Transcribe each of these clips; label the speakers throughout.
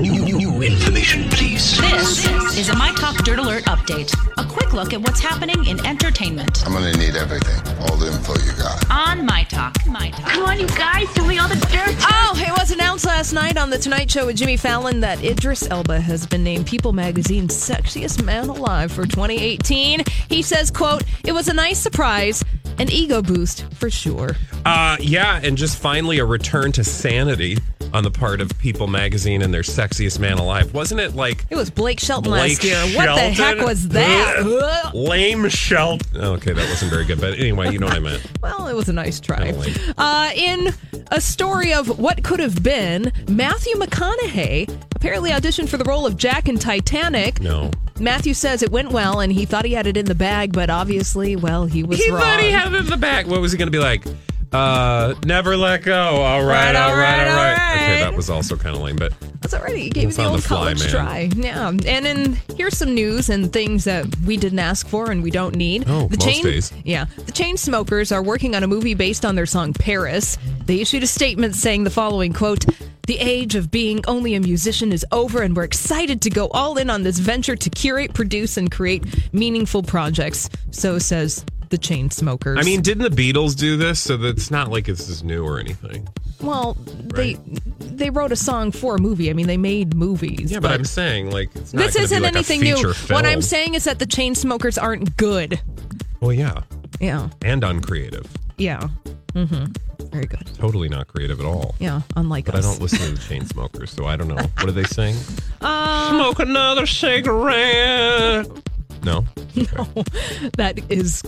Speaker 1: New, new, new information, please.
Speaker 2: This is a My Talk Dirt Alert update. A quick look at what's happening in entertainment
Speaker 3: I'm gonna need everything, all the info you got.
Speaker 2: on My Talk. My Talk.
Speaker 4: Come on, you guys, give me all the dirt.
Speaker 5: Oh, it was announced last night on The Tonight Show with Jimmy Fallon that Idris Elba has been named People Magazine's Sexiest Man Alive for 2018. He says, quote, It was a nice surprise, an ego boost for sure.
Speaker 6: Uh, yeah, and just finally a return to sanity on the part of People Magazine and their sexiest man alive. Wasn't it like
Speaker 5: It was Blake Shelton
Speaker 6: Blake
Speaker 5: last year. What the heck
Speaker 6: Shelton?
Speaker 5: was that? Ugh.
Speaker 6: lame Shelton? Okay, that wasn't very good, but anyway, you know what I meant.
Speaker 5: Well, it was a nice try.
Speaker 6: Kinda lame.
Speaker 5: Uh, in a story of what could have been, Matthew McConaughey apparently auditioned for the role of Jack in Titanic.
Speaker 6: No.
Speaker 5: Matthew says it went well and he thought he had it in the bag, but obviously, well, he was
Speaker 6: He
Speaker 5: wrong.
Speaker 6: thought he had it in the back. What was he going to be like? Uh, never let go. All right, all right, all right. Okay, that was also kind of lame, but
Speaker 5: That's all right. He gave it
Speaker 6: It's
Speaker 5: the
Speaker 6: on
Speaker 5: old
Speaker 6: the fly,
Speaker 5: college
Speaker 6: man.
Speaker 5: try. Yeah. And then here's some news and things that we didn't ask for and we don't need.
Speaker 6: Oh, most
Speaker 5: chain,
Speaker 6: days.
Speaker 5: Yeah. The chain smokers are working on a movie based on their song Paris. They issued a statement saying the following quote the age of being only a musician is over, and we're excited to go all in on this venture to curate, produce, and create meaningful projects. So says the chain smokers.
Speaker 6: I mean, didn't the Beatles do this? So that's not like this is new or anything.
Speaker 5: well, they they wrote a song for a movie. I mean, they made movies.
Speaker 6: Yeah, but, I'm saying like it's not
Speaker 5: This
Speaker 6: gonna be
Speaker 5: isn't
Speaker 6: like a
Speaker 5: anything new.
Speaker 6: feature
Speaker 5: What I'm
Speaker 6: film.
Speaker 5: saying is that the chain smokers aren't good.
Speaker 6: Well, yeah,
Speaker 5: Yeah.
Speaker 6: and uncreative.
Speaker 5: Yeah. Mm-hmm. Very good.
Speaker 6: Totally not creative at all.
Speaker 5: Yeah. Unlike
Speaker 6: But I
Speaker 5: us.
Speaker 6: don't listen to the chain smokers, so I don't know. What do they sing?
Speaker 5: Um,
Speaker 6: Smoke another cigarette. No.
Speaker 5: that is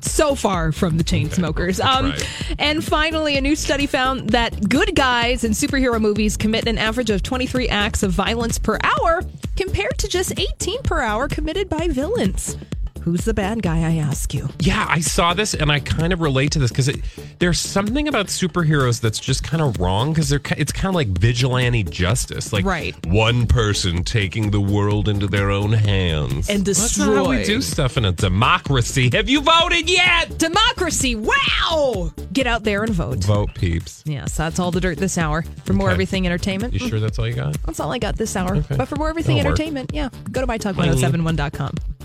Speaker 5: so far from the chain smokers. Um,
Speaker 6: right.
Speaker 5: And finally, a new study found that good guys in superhero movies commit an average of 23 acts of violence per hour compared to just 18 per hour committed by villains. Who's the bad guy, I ask you?
Speaker 6: Yeah, I saw this and I kind of relate to this because there's something about superheroes that's just kind of wrong because they're ki- it's kind of like vigilante justice, like
Speaker 5: Right.
Speaker 6: one person taking the world into their own hands
Speaker 5: And
Speaker 6: That's not how we
Speaker 5: destroy.
Speaker 6: do stuff in a democracy. Have you voted yet?
Speaker 5: Democracy. Wow. Get out there and vote.
Speaker 6: Vote, peeps.
Speaker 5: Yes, that's all the dirt this hour. For more
Speaker 6: Okay.
Speaker 5: everything entertainment,
Speaker 6: You sure that's all you got?
Speaker 5: that's all I got this hour.
Speaker 6: Okay.
Speaker 5: But for more everything
Speaker 6: That'll work.
Speaker 5: oh entertainment, yeah, go to mytalk1071.com.